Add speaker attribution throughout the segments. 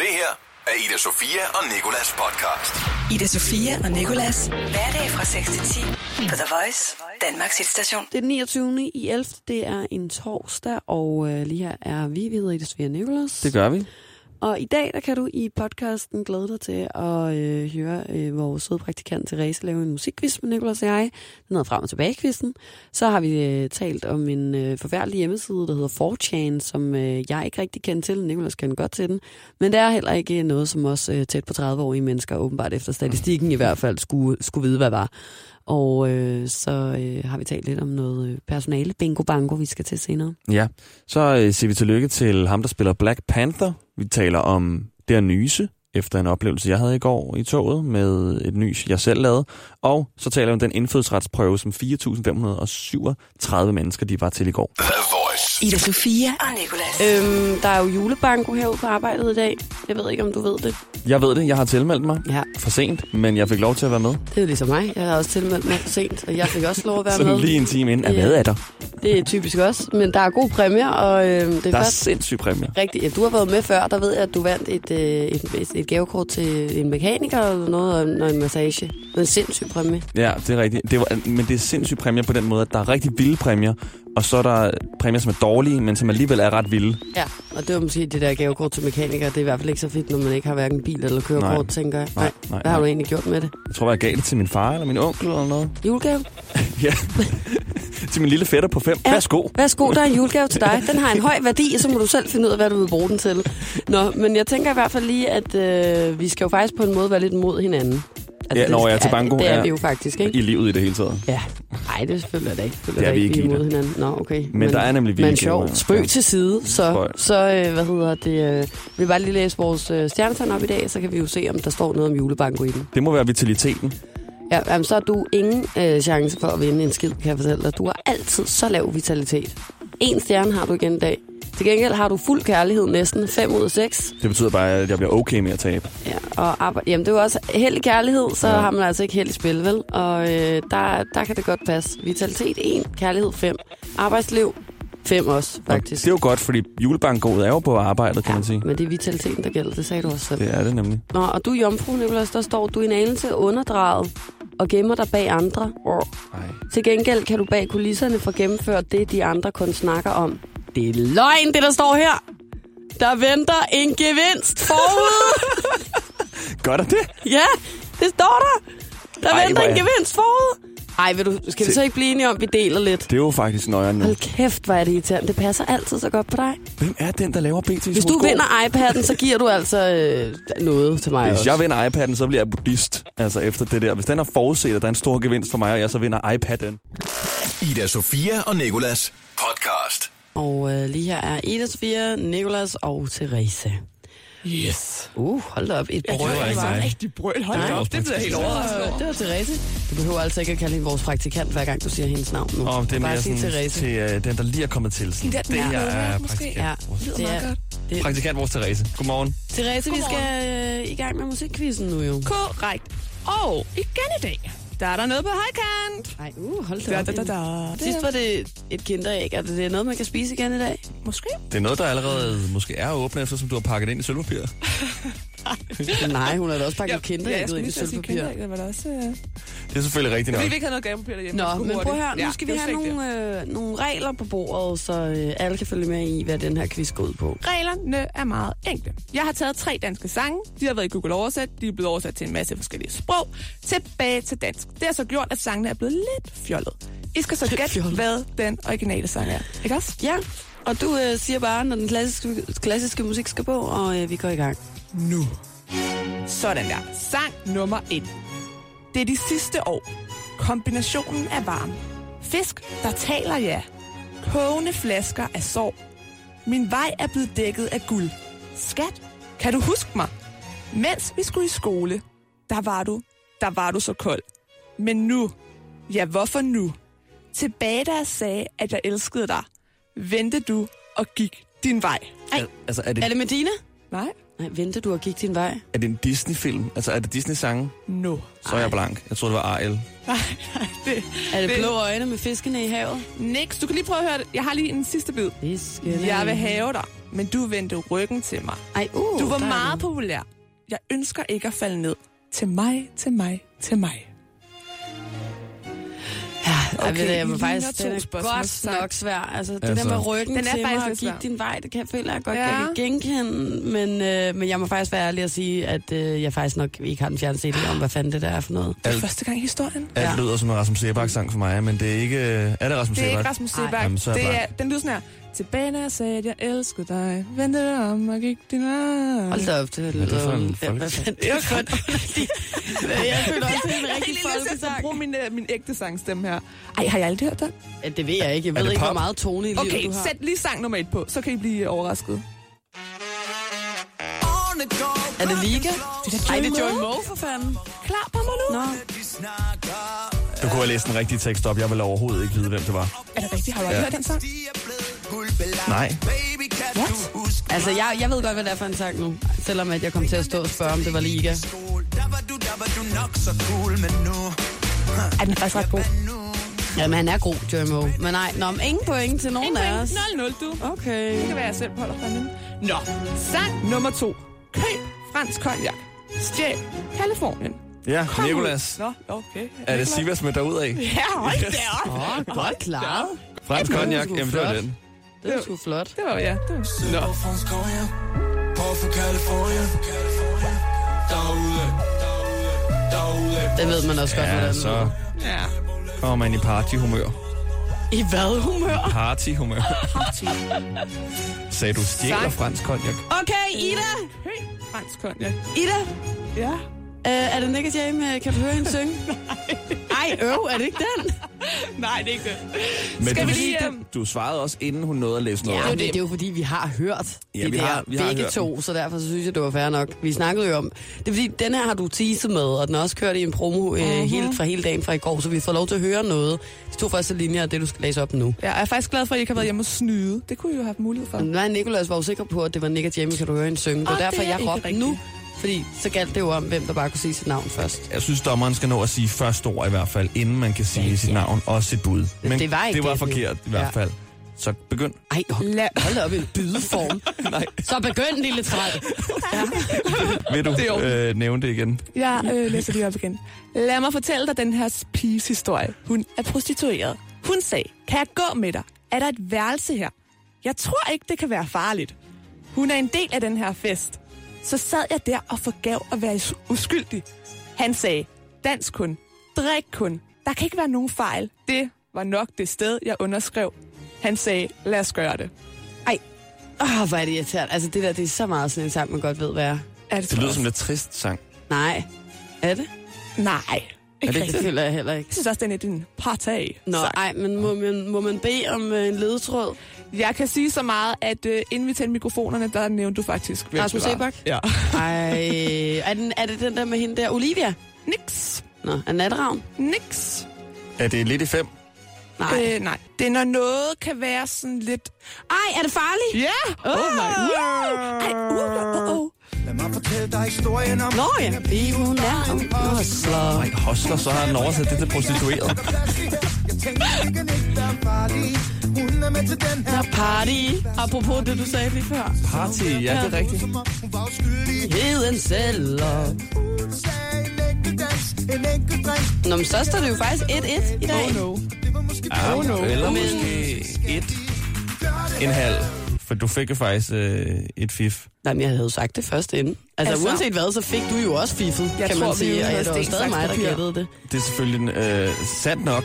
Speaker 1: af Ida Sofia og Nikolas podcast.
Speaker 2: Ida Sofia og Nikolas. Hverdag fra 6 til 10 på The Voice, Danmarks hitstation.
Speaker 3: Det er den 29. i 11. Det er en torsdag, og øh, lige her er vi videre i det svære Nicolas.
Speaker 4: Det gør vi.
Speaker 3: Og i dag der kan du i podcasten glæde dig til at øh, høre øh, vores søde praktikant Therese lave en musikquiz med Nicolas og jeg. Den hedder Frem og tilbage quizzen. Så har vi øh, talt om en øh, forfærdelig hjemmeside, der hedder 4chan, som øh, jeg ikke rigtig kender til. Nicolas kender godt til den. Men det er heller ikke noget, som os øh, tæt på 30-årige mennesker, åbenbart efter statistikken i hvert fald, skulle, skulle vide, hvad var. Og øh, så øh, har vi talt lidt om noget øh, personale bingo-bango, vi skal til senere.
Speaker 4: Ja. Så øh, siger vi tillykke til ham, der spiller Black Panther. Vi taler om det at nyse efter en oplevelse, jeg havde i går i toget med et nys, jeg selv lavede. Og så taler vi om den indfødsretsprøve, som 4.537 mennesker de var til i går.
Speaker 1: The Voice.
Speaker 2: Ida Sofia og Nikolas.
Speaker 5: Øh,
Speaker 3: Øhm, der er jo julebanko herude på arbejdet i dag. Jeg ved ikke, om du ved det.
Speaker 4: Jeg ved det, jeg har tilmeldt mig
Speaker 3: Ja,
Speaker 4: for sent, men jeg fik lov til at være med.
Speaker 3: det er jo ligesom mig. Jeg har også tilmeldt mig for sent, og jeg fik også lov at være
Speaker 4: Sådan
Speaker 3: med.
Speaker 4: lige en time inden.
Speaker 3: Ja.
Speaker 4: Ja. Hvad er der?
Speaker 3: Det er typisk også, men der er gode præmier, og øhm, det er,
Speaker 4: Der er
Speaker 3: først
Speaker 4: sindssygt præmier.
Speaker 3: rigtigt. Ja, du har været med før, der ved jeg, at du vandt et, øh, et, et, et gavekort til en mekaniker eller noget, og en, og en massage. Det var en sindssyg præmie.
Speaker 4: Ja, det er rigtigt. Det var, men det er sindssygt præmier på den måde, at der er rigtig vilde præmier, og så er der præmier, som er dårlige, men som alligevel er ret vilde.
Speaker 3: Ja, og det var måske det der gavekort til mekanikere. Det er i hvert fald ikke så fedt, når man ikke har hverken bil eller kørekort,
Speaker 4: Nej.
Speaker 3: tænker jeg.
Speaker 4: Nej,
Speaker 3: Nej.
Speaker 4: nej,
Speaker 3: Hvad har
Speaker 4: nej.
Speaker 3: du egentlig gjort med det?
Speaker 4: Jeg tror, jeg er galt til min far eller min onkel eller noget.
Speaker 3: Julegave?
Speaker 4: Ja. til min lille fætter på fem. Ja. Værsgo.
Speaker 3: Værsgo, der er en julegave til dig. Den har en høj værdi, og så må du selv finde ud af, hvad du vil bruge den til. Nå, men jeg tænker i hvert fald lige, at øh, vi skal jo faktisk på en måde være lidt mod hinanden. Altså,
Speaker 4: Ja, når jeg er til banko,
Speaker 3: Det er
Speaker 4: ja.
Speaker 3: vi jo faktisk,
Speaker 4: I
Speaker 3: ikke?
Speaker 4: livet i det hele taget.
Speaker 3: Ja. Nej, det selvfølgelig er det ikke. Selvfølgelig
Speaker 4: Det er vi
Speaker 3: vi
Speaker 4: ikke,
Speaker 3: er mod
Speaker 4: Ida.
Speaker 3: hinanden. Nå, okay. Men,
Speaker 4: der er nemlig
Speaker 3: Men
Speaker 4: vilde
Speaker 3: sjov.
Speaker 4: gaver, ja.
Speaker 3: Spøg til side, så,
Speaker 4: Spøg.
Speaker 3: så øh, hvad hedder det? Øh, vi vil bare lige læse vores øh, stjernetegn op i dag, så kan vi jo se, om der står noget om julebanko i den.
Speaker 4: Det må være vitaliteten.
Speaker 3: Ja, jamen, så har du ingen øh, chance for at vinde en skid, kan jeg fortælle dig. Du har altid så lav vitalitet. En stjerne har du igen i dag. Til gengæld har du fuld kærlighed næsten. 5 ud af 6.
Speaker 4: Det betyder bare, at jeg bliver okay med at tabe.
Speaker 3: Ja, og arbejde. Jamen, det er jo også held i kærlighed, så ja.
Speaker 4: Ja.
Speaker 3: har man altså ikke held i spil, vel? Og øh, der, der kan det godt passe. Vitalitet 1, kærlighed 5. Arbejdsliv 5 også,
Speaker 4: Og
Speaker 3: faktisk.
Speaker 4: det er jo godt, fordi julebankgået er jo på arbejdet, kan man sige.
Speaker 3: Men det er vitaliteten, der gælder. Det sagde du også selv.
Speaker 4: Det er det nemlig.
Speaker 3: Nå, og du, jomfru, Nicolas, der står, du er en anelse underdraget og gemmer dig bag andre.
Speaker 4: Ej.
Speaker 3: Til gengæld kan du bag kulisserne få gennemført det, de andre kun snakker om. Det er løgn, det der står her. Der venter en gevinst forud.
Speaker 4: Gør der det?
Speaker 3: ja, det står der. Der
Speaker 4: Ej,
Speaker 3: Ej, venter
Speaker 4: hvor
Speaker 3: en
Speaker 4: er-
Speaker 3: gevinst forud. Ej, vil du, skal vi
Speaker 4: Til-
Speaker 3: så ikke blive enige om, at vi deler lidt?
Speaker 4: Det er jo faktisk nøjeren nu.
Speaker 3: Hold kæft, hvor er det irriterende. Det passer altid så godt på dig.
Speaker 4: Hvem er den, der laver BT's
Speaker 3: Hvis du
Speaker 4: hovedgård?
Speaker 3: vinder iPad'en, så giver du altså øh, noget til mig
Speaker 4: Hvis
Speaker 3: også.
Speaker 4: jeg vinder iPad'en, så bliver jeg buddhist. Altså efter det der. Hvis den har forudset, at der er en stor gevinst for mig, og jeg så vinder iPad'en.
Speaker 1: Ida Sofia og Nikolas podcast.
Speaker 3: Og øh, lige her er Ida Sofia, Nicolas og Therese. Yes. Uh, hold da op. Et brøl. det var ikke mig. rigtig brøl. Hold da op. Det blev helt overrasket Det var Therese. Du behøver altså ikke at kalde hende vores praktikant, hver gang du siger hendes navn nu.
Speaker 4: Og det er
Speaker 3: Bare
Speaker 4: mere
Speaker 3: sige
Speaker 4: sådan
Speaker 3: Therese.
Speaker 4: til øh, den, der lige er kommet til. Sådan,
Speaker 5: Den,
Speaker 4: det
Speaker 5: der er noget
Speaker 4: er
Speaker 5: med, måske.
Speaker 4: praktikant.
Speaker 3: Ja, det er... Det.
Speaker 4: Praktikant vores Therese. Godmorgen.
Speaker 3: Therese, vi skal øh, i gang med musikquizzen nu jo.
Speaker 5: Korrekt. Og igen i dag, der er der noget på højkant.
Speaker 3: Nej, uh, hold da
Speaker 5: Da,
Speaker 3: op.
Speaker 5: da, da, da.
Speaker 3: Sidst var det et kinderæg. Er det det er noget, man kan spise igen i dag?
Speaker 5: Måske.
Speaker 4: Det er noget, der allerede måske er åbnet, eftersom du har pakket ind i sølvpapir.
Speaker 3: Nej, hun har da også pakket
Speaker 5: ja, jeg
Speaker 3: kinderægget
Speaker 5: skulle
Speaker 3: ind i
Speaker 5: lige til at sige
Speaker 3: sølvpapir.
Speaker 5: kinderæg, det var da også... Øh...
Speaker 4: Det er selvfølgelig rigtigt nok.
Speaker 5: Fordi vi ikke havde noget gavepapir derhjemme.
Speaker 3: Nå,
Speaker 5: vi skulle
Speaker 3: men prøv
Speaker 5: hurtigt.
Speaker 3: her, nu skal
Speaker 5: det
Speaker 3: vi
Speaker 5: var
Speaker 3: have
Speaker 5: slet ikke
Speaker 3: nogle, øh, nogle regler på bordet, så øh, alle kan følge med i, hvad den her quiz går ud på.
Speaker 5: det. Reglerne er meget enkle. Jeg har taget tre danske sange. De har været i Google oversat. De er blevet oversat til en masse forskellige sprog. Tilbage til dansk. Det har så gjort, at sangene er blevet lidt fjollet. I skal så gætte,
Speaker 3: fjollet.
Speaker 5: hvad den originale sang er. Ikke også?
Speaker 3: Ja, og du øh, siger bare, når den klassiske, klassiske musik skal på, og øh, vi går i gang.
Speaker 5: nu. Sådan der. Sang nummer 1. Det er de sidste år. Kombinationen af varme. Fisk, der taler ja. Kogende flasker af sorg. Min vej er blevet dækket af guld. Skat, kan du huske mig? Mens vi skulle i skole, der var du, der var du så kold. Men nu, ja hvorfor nu? Tilbage da jeg sagde, at jeg elskede dig, vendte du og gik din vej.
Speaker 3: Ej,
Speaker 4: Altså, er det,
Speaker 3: er det Medina?
Speaker 5: Nej,
Speaker 3: Nej, vente, du har gik din vej.
Speaker 4: er det en Disney-film? Altså, er det Disney-sange?
Speaker 5: nu. No.
Speaker 4: Så er jeg blank. Jeg tror, det var Ariel.
Speaker 5: Nej, nej, det...
Speaker 3: Er det
Speaker 5: det-
Speaker 3: blå øjne med fiskene i havet?
Speaker 5: Niks, du kan lige prøve at høre det. Jeg har lige en sidste bid.
Speaker 3: Fiskene.
Speaker 5: Jeg vil have dig, men du vendte ryggen til mig.
Speaker 3: Ej, uh,
Speaker 5: Du var
Speaker 3: der er
Speaker 5: meget
Speaker 3: den.
Speaker 5: populær, Jeg ønsker ikke at falde ned. Til mig, til mig, til mig.
Speaker 3: Ja, okay,
Speaker 5: Okay,
Speaker 3: det, jeg
Speaker 5: I
Speaker 3: må
Speaker 5: ligner
Speaker 3: faktisk,
Speaker 5: to
Speaker 3: den er
Speaker 5: spørgsmål,
Speaker 3: godt
Speaker 5: tak.
Speaker 3: nok svær. Altså, det
Speaker 4: Altså.
Speaker 3: der med ryggen
Speaker 5: Den er
Speaker 3: til mig
Speaker 5: faktisk
Speaker 3: og
Speaker 5: lidt
Speaker 3: gik
Speaker 5: svær.
Speaker 3: din vej, det kan, føler jeg godt,
Speaker 5: Ja.
Speaker 3: ja. jeg kan genkende. Men, øh, men jeg må faktisk være ærlig at sige, at øh, jeg faktisk nok ikke har den fjerneste idé om, hvad fanden det der er for noget.
Speaker 5: Det er
Speaker 4: Alt-
Speaker 5: første gang i historien.
Speaker 4: Alt
Speaker 3: Ja.
Speaker 4: lyder som en Rasmus Sebak-sang for mig, men det er ikke... Er det Rasmus
Speaker 5: Det er
Speaker 4: Sebak?
Speaker 5: ikke Rasmus
Speaker 3: Ej.
Speaker 5: Sebak.
Speaker 4: Jamen, så er jeg
Speaker 5: Det er,
Speaker 4: blank.
Speaker 5: den lyder sådan her. Tilbage, når jeg sagde, at jeg elskede dig. Vendte dig om og gik din vej.
Speaker 3: Hold da op, det
Speaker 4: Hvad er det for
Speaker 3: lyder...
Speaker 4: en
Speaker 3: Ja, hvad
Speaker 4: folkesang?
Speaker 3: fanden- Det er godt. Jeg føler også, det er en rigtig folkesang.
Speaker 5: Brug min, øh, min ægte sangstemme her. Ej, har jeg aldrig hørt den?
Speaker 3: Ja, det ved jeg ikke. Jeg
Speaker 4: Er
Speaker 3: ved
Speaker 4: det
Speaker 3: ikke, hvor
Speaker 4: pop?
Speaker 3: meget tone i livet
Speaker 5: Okay,
Speaker 3: du har.
Speaker 5: sæt lige sang nummer et på, så kan I blive overrasket.
Speaker 3: Er det Liga? Nej, det er Joy Moe for fanden.
Speaker 5: Klar på mig nu?
Speaker 3: Nå,
Speaker 4: Du kunne have læst den rigtige tekst op. Jeg vil overhovedet ikke vide, hvem det var.
Speaker 5: Er det rigtigt? Har du aldrig hørt den sang?
Speaker 4: Nej.
Speaker 3: altså jeg, jeg ved godt, hvad det er for en sang nu. Selvom at jeg kom til at stå og spørge, om det var Liga.
Speaker 5: Ej, den er faktisk ret god.
Speaker 3: Jamen, han er god, Joy Moe. Men nej, nå, men ingen point til nogen af os.
Speaker 5: 0-0, du.
Speaker 3: Okay.
Speaker 5: Det kan være, jeg selv holder fra den. Nå, sang nummer to. Køb fransk konjak. Stjæl Kalifornien.
Speaker 4: Ja,
Speaker 5: Kom ud.
Speaker 4: Nikolas.
Speaker 5: Nå, okay.
Speaker 4: Er det Sivas med derudad?
Speaker 5: Ja, hold da op.
Speaker 3: Åh, oh, godt klaret.
Speaker 4: Fransk
Speaker 3: Det er
Speaker 4: cognac,
Speaker 3: sgu
Speaker 4: jamen det var
Speaker 3: flot.
Speaker 4: den.
Speaker 3: Det er sgu flot.
Speaker 5: Det var, ja. Det var. Nå.
Speaker 3: Det ved man også godt,
Speaker 4: Ja,
Speaker 3: hvordan
Speaker 4: så
Speaker 5: Ja.
Speaker 4: kommer man i partyhumør.
Speaker 3: I hvad humør?
Speaker 4: Partyhumør. Sagde du stjæler
Speaker 5: Sang.
Speaker 4: fransk cognac?
Speaker 3: Okay, Ida.
Speaker 5: Køb fransk konjak.
Speaker 3: Ida.
Speaker 5: Ja.
Speaker 3: Øh, er det Nick Jam? Kan du høre hende synge? Nej. Ej, øv, er det ikke den?
Speaker 5: Nej, det er ikke det.
Speaker 4: Men
Speaker 5: Skal
Speaker 4: du,
Speaker 5: vi lige,
Speaker 4: du-
Speaker 5: øhm,
Speaker 4: du svarede også, inden hun nåede at læse noget.
Speaker 3: Ja,
Speaker 4: op.
Speaker 3: men det er jo fordi, vi har hørt
Speaker 4: Ja,
Speaker 3: det
Speaker 4: vi
Speaker 3: der
Speaker 4: har- vi har
Speaker 3: begge
Speaker 4: hørt
Speaker 3: to, så derfor så synes jeg, det var fair nok. Vi snakkede jo om, det er fordi, den her har du teaset med, og den er også kørt i en promo øh, helt fra hele dagen fra i går, så vi får lov til at høre noget. De to første linjer er det, du skal læse op nu.
Speaker 5: Ja, og jeg er faktisk glad for, at I ikke har været hjemme og snyde. Det kunne I jo have haft mulighed for.
Speaker 3: Nej, Nicolas var jo sikker på, at det var Nick og Jamie, kan du høre en synge. Det var
Speaker 5: Og
Speaker 3: derfor,
Speaker 5: det er
Speaker 3: jeg
Speaker 5: ikke
Speaker 3: råbte
Speaker 5: rigtigt.
Speaker 3: nu, fordi så galt det jo om, hvem der bare kunne sige sit navn først.
Speaker 4: Jeg synes, dommeren skal nå at sige første ord i hvert fald, inden man kan sige
Speaker 3: Ja,
Speaker 4: sit
Speaker 3: ja.
Speaker 4: navn og sit bud. Men
Speaker 3: det var ikke
Speaker 4: det var
Speaker 3: det, du-
Speaker 4: forkert i hvert
Speaker 3: Ja.
Speaker 4: fald. Så begynd.
Speaker 3: Ej, hold, hold da op, en bydeform.
Speaker 4: Nej,
Speaker 3: Så begynd, lille træl.
Speaker 4: vil du øh, nævne det igen?
Speaker 5: Jeg øh, læser lige op igen. Lad mig fortælle dig den her piges historie. Hun er prostitueret. Hun sagde, kan jeg gå med dig? Er der et værelse her? Jeg tror ikke, det kan være farligt. Hun er en del af den her fest. Så sad jeg der og forgav at være us- uskyldig. Han sagde, dans kun, drik kun, der kan ikke være nogen fejl. Det var nok det sted, jeg underskrev. Han sagde, lad os gøre det.
Speaker 3: Åh, oh, hvor er det irriterende. Altså, det der, det er så meget sådan en sang, man godt ved, hvad er.
Speaker 5: Er det,
Speaker 4: Det lyder som en lidt trist sang.
Speaker 3: Nej. Er det?
Speaker 5: Nej. Ikke
Speaker 3: det,
Speaker 5: rigtigt.
Speaker 3: det føler jeg heller ikke.
Speaker 5: Jeg synes også, den er din partag.
Speaker 3: Nå, ej, men må man, må man bede om øh, en ledetråd?
Speaker 5: Jeg kan sige så meget, at øh, inden vi tændte mikrofonerne, der nævnte du faktisk, hvem
Speaker 3: Rasmus
Speaker 5: det var.
Speaker 3: Sebak?
Speaker 5: Ja.
Speaker 3: Ej, er, den, er det den der med hende der, Olivia?
Speaker 5: Nix.
Speaker 3: Nå, er natravn?
Speaker 5: Nix.
Speaker 4: Er det lidt i fem?
Speaker 3: Nej. Øh.
Speaker 5: Øh, nej. Det er, når noget kan være sådan lidt...
Speaker 3: Ej, er det farligt?
Speaker 5: Ja! Yeah! Oh, my wow! Ej, uh, uh, uh, uh.
Speaker 3: Nå ja. Hun er en hustler.
Speaker 4: Nej, hostler, så har den oversat det til prostitueret.
Speaker 3: Der er party. Apropos det, du sagde lige før.
Speaker 4: Party, ja, det er rigtigt.
Speaker 3: Heden selv. og- Nå, men så står det jo faktisk 1-1 i dag.
Speaker 5: Oh, no.
Speaker 4: Ah,
Speaker 5: Oh no.
Speaker 4: Eller
Speaker 3: Men-
Speaker 4: måske et, en halv. For du fik jo faktisk øh, et fif.
Speaker 3: Nej, men jeg havde jo sagt det først inden. Altså, altså
Speaker 5: Altså-
Speaker 3: uanset hvad, så fik du jo også fiffet,
Speaker 5: Jeg
Speaker 3: kan
Speaker 5: tror,
Speaker 3: man
Speaker 5: vi
Speaker 3: sige.
Speaker 5: er
Speaker 3: Og
Speaker 5: ude af
Speaker 3: det var
Speaker 5: sten,
Speaker 3: stadig mig, der
Speaker 5: saks, papir.
Speaker 3: gættede det.
Speaker 4: Det er selvfølgelig øh, sandt nok,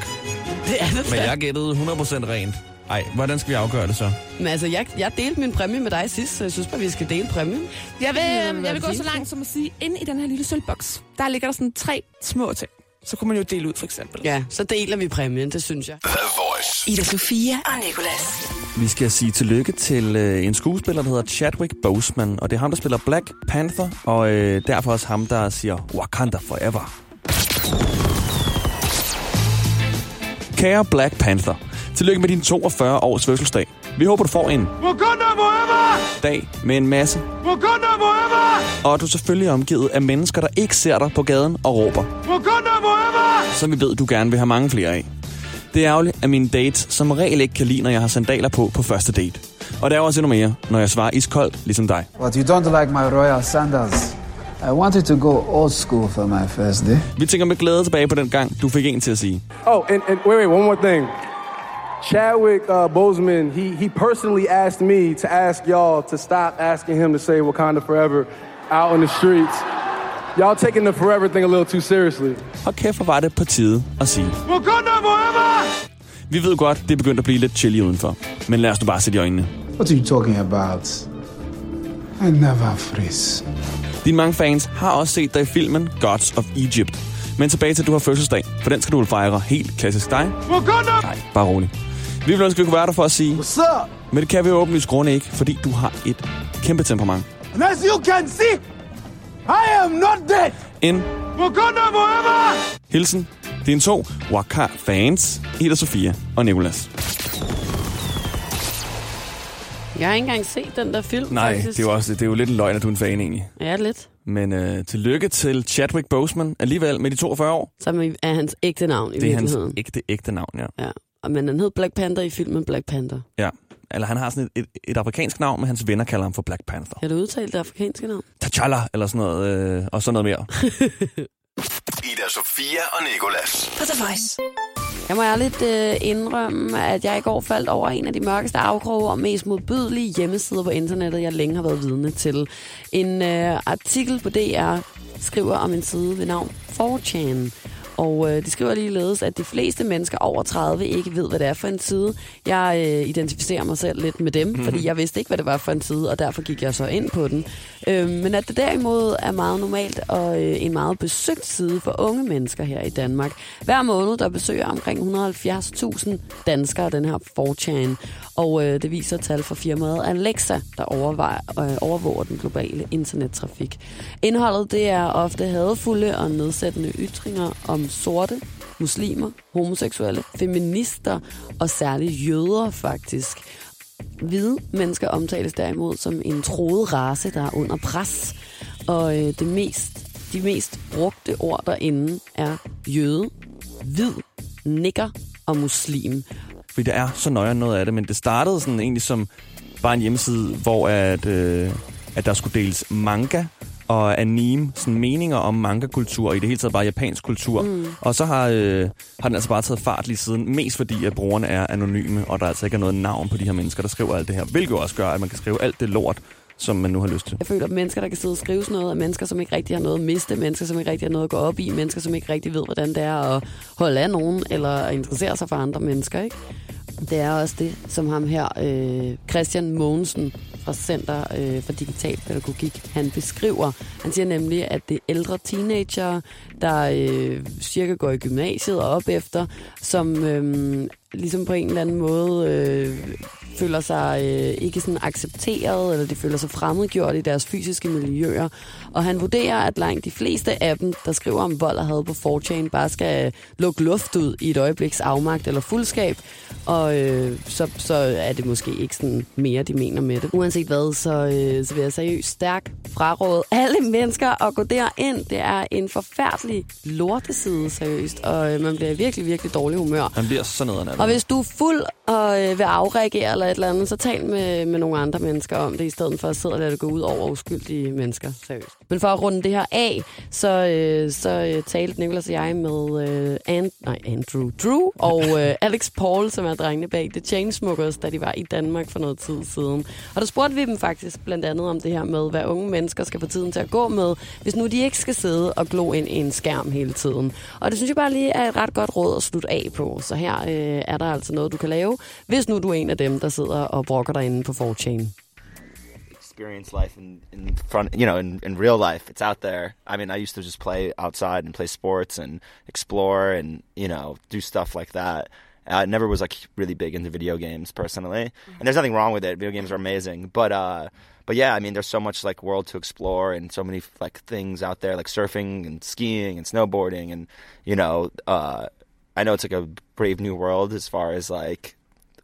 Speaker 3: Det er det
Speaker 4: men
Speaker 3: da.
Speaker 4: jeg gættede 100% rent. Ej, hvordan skal vi afgøre det så?
Speaker 3: Men altså, jeg, jeg delte min præmie med dig sidst, så jeg synes bare, vi skal dele præmien.
Speaker 5: Jeg vil,
Speaker 3: Mm,
Speaker 5: øh, jeg
Speaker 3: hvad
Speaker 5: vil gå så
Speaker 3: fint.
Speaker 5: langt som at sige, inde i den her lille sølvboks, der ligger der sådan tre små ting. Så kunne man jo dele ud, for eksempel.
Speaker 3: Ja, så deler vi præmien, det synes jeg.
Speaker 1: The Voice.
Speaker 2: Ida Sofia og Nicolas.
Speaker 4: Vi skal sige tillykke til øh, en skuespiller, der hedder Chadwick Boseman, og det er ham, der spiller Black Panther, og øh, derfor også ham, der siger Wakanda Forever. Kære Black Panther, tillykke med din 42 års fødselsdag. Vi håber, du får en dag med en masse. Og du er selvfølgelig omgivet af mennesker, der ikke ser dig på gaden og råber. Som vi ved, du gerne vil have mange flere af. Det er ærgerligt, at mine dates som regel ikke kan lide, når jeg har sandaler på på første date. Og der er også endnu mere, når jeg svarer iskoldt, ligesom dig.
Speaker 6: But you don't like my royal sandals. I wanted to go old school for my first day.
Speaker 4: Vi tænker med glæde tilbage på den gang, du fik en til at sige.
Speaker 7: Oh, and, and wait, wait, one more thing. Chadwick uh, Bozeman, he, he personally asked me to ask y'all to stop asking him to say Wakanda Forever out on the streets. Y'all taking the forever thing a little too seriously.
Speaker 4: Og kæft, hvor var det på tide at sige. Vi ved godt, det er begyndt at blive lidt chilly udenfor. Men lad os nu bare sætte i øjnene.
Speaker 6: What are you talking about? I never freeze.
Speaker 4: Dine mange fans har også set dig i filmen Gods of Egypt. Men tilbage til, at du har fødselsdag, for den skal du vel fejre helt klassisk dig. Nej, bare rolig. Vi vil ønske, at vi kunne være der for at sige,
Speaker 6: What's up?
Speaker 4: men det kan vi jo åbenlyst grunde ikke, fordi du har et kæmpe temperament.
Speaker 6: And as you can see, I am not dead.
Speaker 4: En
Speaker 6: Wakanda forever!
Speaker 4: hilsen, din to Waka-fans, Ida Sofia og Nicolas.
Speaker 3: Jeg har ikke engang set den der film, faktisk.
Speaker 4: også, det er jo lidt en løgn, at du er en fan egentlig.
Speaker 3: Ja, lidt.
Speaker 4: Men øh, tillykke til Chadwick Boseman alligevel med de 42 år.
Speaker 3: Som er hans ægte navn i
Speaker 4: Det er hans
Speaker 3: virkeligheden.
Speaker 4: ægte, ægte navn, ja.
Speaker 3: Ja. Og, men han hed Black Panther i filmen Black Panther.
Speaker 4: ja. Eller han har sådan et, et, et afrikansk navn, men hans venner kalder ham for Black Panther.
Speaker 3: Kan du udtale det afrikanske navn?
Speaker 4: T'Challa, eller sådan noget, øh, og sådan noget mere.
Speaker 1: Ida Sofia og Nikolas.
Speaker 2: På The Voice.
Speaker 3: Jeg må ærligt øh, indrømme, at jeg i går faldt over en af de mørkeste afkroge og mest modbydelige hjemmesider på internettet, jeg længe har været vidne til. En øh, artikel på DR skriver om en side ved navn 4chan. Og øh, de skriver ligeledes, at de fleste mennesker over 30 ikke ved, hvad det er for en side. Jeg øh, identificerer mig selv lidt med dem, mm-hmm. fordi jeg vidste ikke, hvad det var for en side, og derfor gik jeg så ind på den. Øh, men at det derimod er meget normalt og øh, en meget besøgt side for unge mennesker her i Danmark. Hver måned der besøger omkring 170.000 danskere den her 4chan, og øh, det viser tal fra firmaet Alexa, der overvejer, øh, overvåger den globale internettrafik. Indholdet det er ofte hadfulde og nedsættende ytringer om sorte, muslimer, homoseksuelle, feminister og særligt jøder faktisk. Hvide mennesker omtales derimod som en troet race, der er under pres. Og øh, det mest, de mest brugte ord derinde er jøde, hvid, nikker og muslim.
Speaker 4: Fordi der er så nøjere noget af det, men det startede sådan egentlig som bare en hjemmeside, hvor at, øh, at der skulle deles manga og anime, sådan meninger om manga-kultur, og i det hele taget bare japansk kultur. Mm. Og så har, øh, har den altså bare taget fart lige siden, mest fordi at brugerne er anonyme, og der altså ikke er noget navn på de her mennesker, der skriver alt det her. Hvilket jo også gør, at man kan skrive alt det lort, som man nu har lyst til.
Speaker 3: Jeg føler, at mennesker, der kan sidde og skrive sådan noget, er mennesker, som ikke rigtig har noget at miste, mennesker, som ikke rigtig har noget at gå op i, mennesker, som ikke rigtig ved, hvordan det er at holde af nogen, eller at interessere sig for andre mennesker, ikke? Det er også det, som ham her, øh, Christian Mogensen fra Center øh, for Digital Pædagogik, han beskriver. Han siger nemlig, at det er ældre teenager, der øh, cirka går i gymnasiet og op efter, som øh, ligesom på en eller anden måde øh, føler sig øh, ikke sådan accepteret, eller de føler sig fremmedgjort i deres fysiske miljøer. Og han vurderer, at langt de fleste af dem, der skriver om vold og had på 4chan, bare skal øh, lukke luft ud i et øjebliks afmagt eller fuldskab, og øh, så, så er det måske ikke sådan mere, de mener med det. Uanset hvad, så, øh, så vil jeg seriøst stærkt fraråde alle mennesker at gå derind. Det er en forfærdelig lorteside, seriøst, og øh, man bliver i virkelig, virkelig dårlig humør.
Speaker 4: Man bliver sådan noget af det.
Speaker 3: Og hvis du er fuld og øh, vil afreagere eller et eller andet, så tal med, med nogle andre mennesker om det, i stedet for at sidde og lade det gå ud over uskyldige mennesker. Seriøst. Men for at runde det her af, så, øh, så øh, talte Nicolas og jeg med øh, And, nej, Andrew Drew og øh, Alex Paul, som er drengene bag The Chainsmokers, da de var i Danmark for noget tid siden. Og der spurgte vi dem faktisk blandt andet om det her med, hvad unge mennesker skal få tiden til at gå med, hvis nu de ikke skal sidde og glo ind i en skærm hele tiden. Og det synes jeg bare lige er et ret godt råd at slutte af på. Så her øh, er der altså noget, du kan lave, hvis nu du er en af dem, der sidder og brokker dig inde på 4chan.
Speaker 8: experience life in, in front, you know, in, in real life. It's out there. I mean, I used to just play outside and play sports and explore and, you know, do stuff like that. I never was like really big into video games personally. And there's nothing wrong with it. Video games are amazing. But, uh, but yeah, I mean, there's so much like world to explore and so many like things out there, like surfing and skiing and snowboarding. And, you know, uh, I know it's like a brave new world as far as like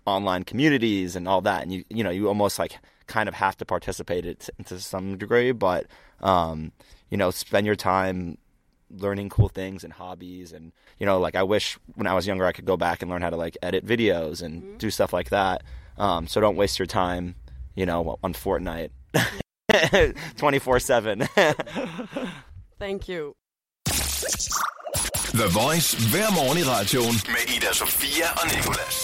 Speaker 8: online communities and all that and you you know you almost like kind of have to participate it to some degree but um you know spend your time learning cool things and hobbies and you know like I wish when I was younger I could go back and learn how to like edit videos and do stuff like that um so don't waste your time you know on Fortnite twenty four seven.
Speaker 9: Thank you.
Speaker 1: The Voice hver morgen i radioen med Ida Sofia og Nikolas.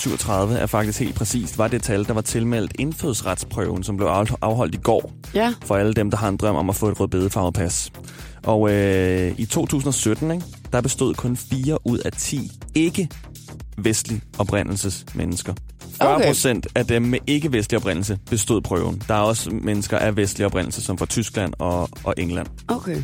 Speaker 4: 4.537 er faktisk helt præcist, var det tal, der var tilmeldt indfødsretsprøven, som blev afhold- afholdt i går
Speaker 3: Ja.
Speaker 4: for alle dem, der har en drøm om at få et rødbedefarvet pas. Og øh, i 2017, ikke, der bestod kun 4 ud af 10 ikke vestlig oprindelses mennesker. 40
Speaker 3: Okay.
Speaker 4: procent af dem med ikke vestlig oprindelse bestod prøven. Der er også mennesker af vestlig oprindelse, som fra Tyskland og, og England.
Speaker 3: Okay.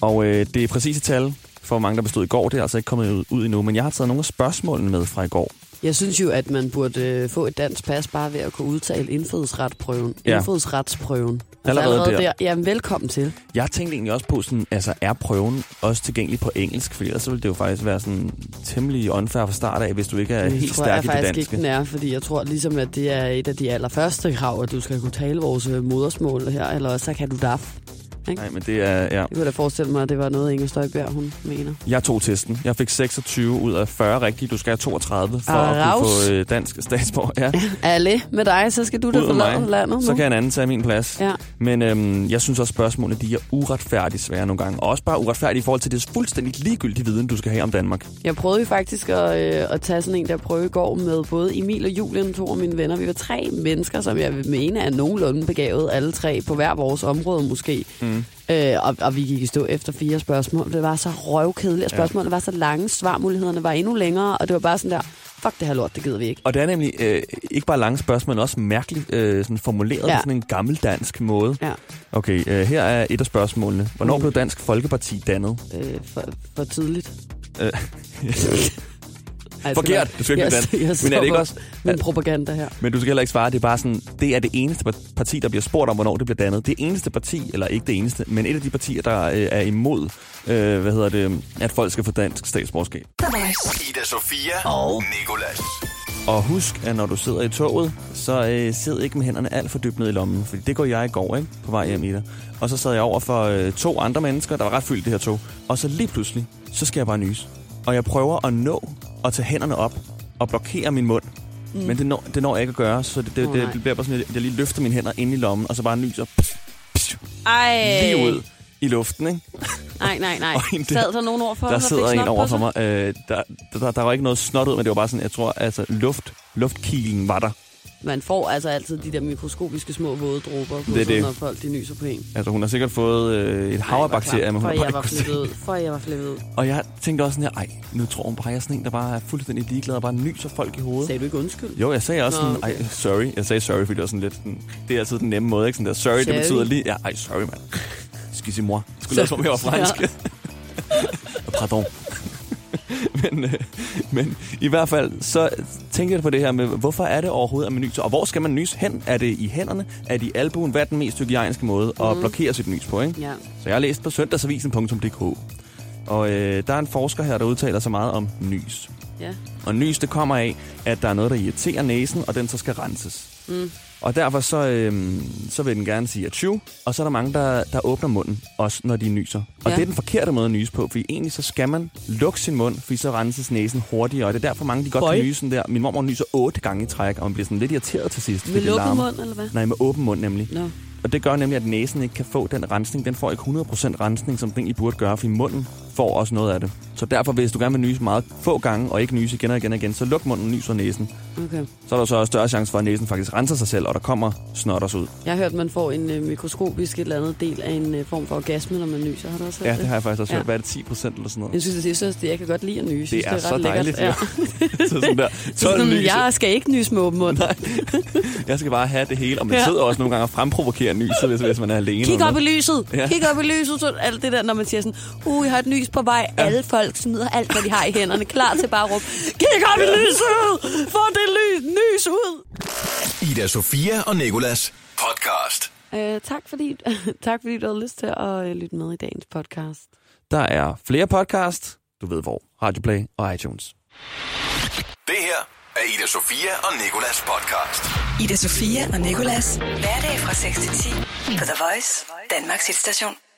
Speaker 4: Og øh, det er præcise tal for, hvor mange der bestod i går. Det er altså ikke kommet ud, ud endnu, men jeg har taget nogle af spørgsmålene med fra i går.
Speaker 3: Jeg synes jo, at man burde øh, få et dansk pas bare ved at kunne udtale indfødsretprøven.
Speaker 4: Ja.
Speaker 3: Ja. Indfødsretsprøven. Altså
Speaker 4: Allerede der.
Speaker 3: Jamen, velkommen til.
Speaker 4: Jeg tænkte egentlig også på, sådan, altså, er prøven også tilgængelig på engelsk? Fordi ellers så ville det jo faktisk være sådan temmelig unfair fra start af, hvis du ikke er
Speaker 3: det
Speaker 4: helt
Speaker 3: tror jeg
Speaker 4: stærk i det
Speaker 3: faktisk
Speaker 4: danske.
Speaker 3: ikke, den er, fordi jeg tror ligesom, at det er et af de allerførste krav, at du skal kunne tale vores øh, modersmål her, eller også så kan du daf.
Speaker 4: Nej, men det er... Ja.
Speaker 3: Jeg kunne da forestille mig, at det var noget, Inger Støjbjerg, hun mener.
Speaker 4: Jeg tog testen. Jeg fik 26 ud af 40 rigtigt. Du skal have 32 for at
Speaker 3: Ah, Raus.
Speaker 4: kunne få øh, dansk statsborger. Ja.
Speaker 3: Alle med dig, så skal du da
Speaker 4: Ud af
Speaker 3: forlade
Speaker 4: mig.
Speaker 3: landet
Speaker 4: Så
Speaker 3: nu.
Speaker 4: kan en anden tage min plads.
Speaker 3: Ja.
Speaker 4: Men øhm, jeg synes også, spørgsmålene de er uretfærdigt svære nogle gange. Og også bare uretfærdige i forhold til det fuldstændig ligegyldige viden, du skal have om Danmark.
Speaker 3: Jeg prøvede jo faktisk at, øh, at tage sådan en der prøve i går med både Emil og Julian, to af mine venner. Vi var tre mennesker, som jeg vil mene er nogenlunde begavet, alle tre på hver vores område måske. Mm. Øh, og, og vi gik i stå efter fire spørgsmål. Det var så røvkedeligt, og spørgsmålene ja. var så lange, svarmulighederne var endnu længere, og det var bare sådan der, fuck det her lort, det gider vi ikke.
Speaker 4: Og det er nemlig øh, ikke bare lange spørgsmål, men også mærkeligt øh, sådan formuleret ja.
Speaker 3: Ja.
Speaker 4: på sådan en gammeldansk måde.
Speaker 3: Ja,
Speaker 4: Okay, øh, her er et af spørgsmålene. Hvornår
Speaker 3: Mm.
Speaker 4: blev Dansk Folkeparti dannet?
Speaker 3: øh, for, for tidligt.
Speaker 4: Øh,
Speaker 3: Ej, jeg
Speaker 4: Forkert.
Speaker 3: bare-
Speaker 4: Du skal ikke
Speaker 3: jeg-
Speaker 4: blive dannet.
Speaker 3: jeg
Speaker 4: Men er det
Speaker 3: stopper
Speaker 4: ikke også-
Speaker 3: Min propaganda her.
Speaker 4: men du skal heller ikke svare, det er bare sådan, det er det eneste par- parti, der bliver spurgt om, hvornår det bliver dannet. Det eneste parti, eller ikke det eneste, men et af de partier, der øh, er imod, øh, hvad hedder det, at folk skal få dansk statsborgerskab.
Speaker 2: The Voice.
Speaker 1: Ida Sofia og Nikolas.
Speaker 4: Og husk, at når du sidder i toget, så øh, sid ikke med hænderne alt for dybt ned i lommen, for det går jeg i går, ikke? På vej hjem i dig. Og så sad jeg over for øh, to andre mennesker, der var ret fyldt i det her tog. Og så lige pludselig, så skal jeg bare nys. Og jeg prøver at nå at tage hænderne op og blokere min mund. Mm. Men det når, det når jeg ikke at gøre, så det, det,
Speaker 3: Åh,
Speaker 4: det,
Speaker 3: nej.
Speaker 4: det bliver bare sådan, at jeg lige løfter mine hænder ind i lommen, og så bare nyser psh, psh,
Speaker 3: Ej.
Speaker 4: lige ud i luften, ikke?
Speaker 3: Nej, nej, nej.
Speaker 4: Og en der-
Speaker 3: Sad der nogen over for
Speaker 4: Der
Speaker 3: dig, fik
Speaker 4: sidder en
Speaker 3: snot på
Speaker 4: over for
Speaker 3: sig?
Speaker 4: mig. Øh, der, der, der var ikke noget snot ud, men det var bare sådan, jeg tror, altså luft, luftkilen var der.
Speaker 3: Man får altså altid de der mikroskopiske små våde dråber, på,
Speaker 4: Det er det.
Speaker 3: når folk de nyser på en.
Speaker 4: Altså, hun har sikkert fået øh, et hav af bakterier, men hun
Speaker 3: For
Speaker 4: har bare
Speaker 3: jeg
Speaker 4: ikke
Speaker 3: var
Speaker 4: kunne se.
Speaker 3: flippet ud. For jeg var flippet ud.
Speaker 4: Og jeg tænkte også sådan her, ej, nu tror hun bare, jeg er sådan en, der bare er fuldstændig ligeglad og bare nyser folk i hovedet.
Speaker 3: Sagde du ikke undskyld?
Speaker 4: Jo, jeg sagde også
Speaker 3: Nå,
Speaker 4: sådan, ej,
Speaker 3: okay.
Speaker 4: sorry. Jeg sagde sorry, fordi det var sådan lidt sådan, det er altid den nemme måde, ikke? Sådan der, sorry, sorry.
Speaker 3: Sorry.
Speaker 4: det betyder lige, ja, ej, sorry, mand. Skisse mor. Jeg skulle lade som om, jeg var fransk.
Speaker 3: Ja.
Speaker 4: Pardon. men, øh, men i hvert fald, så tænker jeg på det her med, hvorfor er det overhovedet, at man nyser? Og hvor skal man nys hen? Er det i hænderne? Er det i albuen? Hvad er den mest hygiejniske måde at blokere sit nys på, ikke?
Speaker 3: Mm. Ja.
Speaker 4: Så jeg har læst på søndagsavisen.dk, og øh, der er en forsker her, der udtaler sig meget om nys.
Speaker 3: ja.
Speaker 4: Og nys, det kommer af, at der er noget, der irriterer næsen, og den så skal renses. Mm. Og derfor så, øh, så vil den gerne sige at og så er der mange, der, der åbner munden, også når de nyser. Og
Speaker 3: Ja.
Speaker 4: det er den forkerte måde at nyse på, fordi egentlig så skal man lukke sin mund, fordi så renses næsen hurtigere. Og det er derfor mange, de godt
Speaker 3: Føj.
Speaker 4: kan nyse sådan der. Min mormor nyser otte gange i træk, og man bliver sådan lidt irriteret til sidst. fordi
Speaker 3: Med
Speaker 4: det
Speaker 3: lukket
Speaker 4: larmer.
Speaker 3: mund, eller hvad?
Speaker 4: Nej, med åben mund nemlig.
Speaker 3: Nå.
Speaker 4: Og det gør nemlig, at næsen ikke kan få den rensning. Den får ikke 100% rensning, som den egentlig burde gøre, fordi munden får også noget af det. Så derfor, hvis du gerne vil nyse meget få gange, og ikke nyse igen og igen og igen, så luk munden, nys og næsen.
Speaker 3: Okay.
Speaker 4: Så er der så også større chance for, at næsen faktisk renser sig selv, og der kommer snotters ud.
Speaker 3: Jeg har hørt, man får en øh, mikroskopisk et eller andet del af en øh, form for orgasme, når man nyser. Har du også hørt
Speaker 4: Ja, det har jeg faktisk også
Speaker 3: Ja.
Speaker 4: hørt. Hvad er det, 10% eller sådan noget?
Speaker 3: Jeg synes, jeg synes, det jeg kan godt lide at nyse. Jeg synes,
Speaker 4: Det er så
Speaker 3: ret
Speaker 4: dejligt.
Speaker 3: lækkert.
Speaker 4: Ja. så sådan der, 12
Speaker 3: Sådan,
Speaker 4: nys.
Speaker 3: jeg skal ikke nyse med åben mund.
Speaker 4: Nej, jeg skal bare have det hele. Og man
Speaker 3: Ja.
Speaker 4: sidder også nogle gange og fremprovokerer nyset, hvis, hvis man er alene.
Speaker 3: Kig
Speaker 4: eller
Speaker 3: op i
Speaker 4: noget.
Speaker 3: lyset.
Speaker 4: Ja.
Speaker 3: Ja. Kig op i lyset. Så alt det der, når man siger sådan, uh, jeg har et nys på vej. Ja. Alle folk smider alt, hvad de har i hænderne. Klar til bare at råbe, kig op ja. i lyset! Få det lys, nys ud!
Speaker 1: Ida Sofia og Nikolas podcast.
Speaker 3: Øh, tak, fordi, tak fordi du havde lyst til at øh, lytte med i dagens podcast.
Speaker 4: Der er flere podcast. Du ved hvor. Radioplay og iTunes.
Speaker 1: Det her er Ida Sofia og Nikolas podcast.
Speaker 2: Ida Sofia og Nikolas. Hverdag fra 6 til 10 på The Voice, Danmarks hitstation.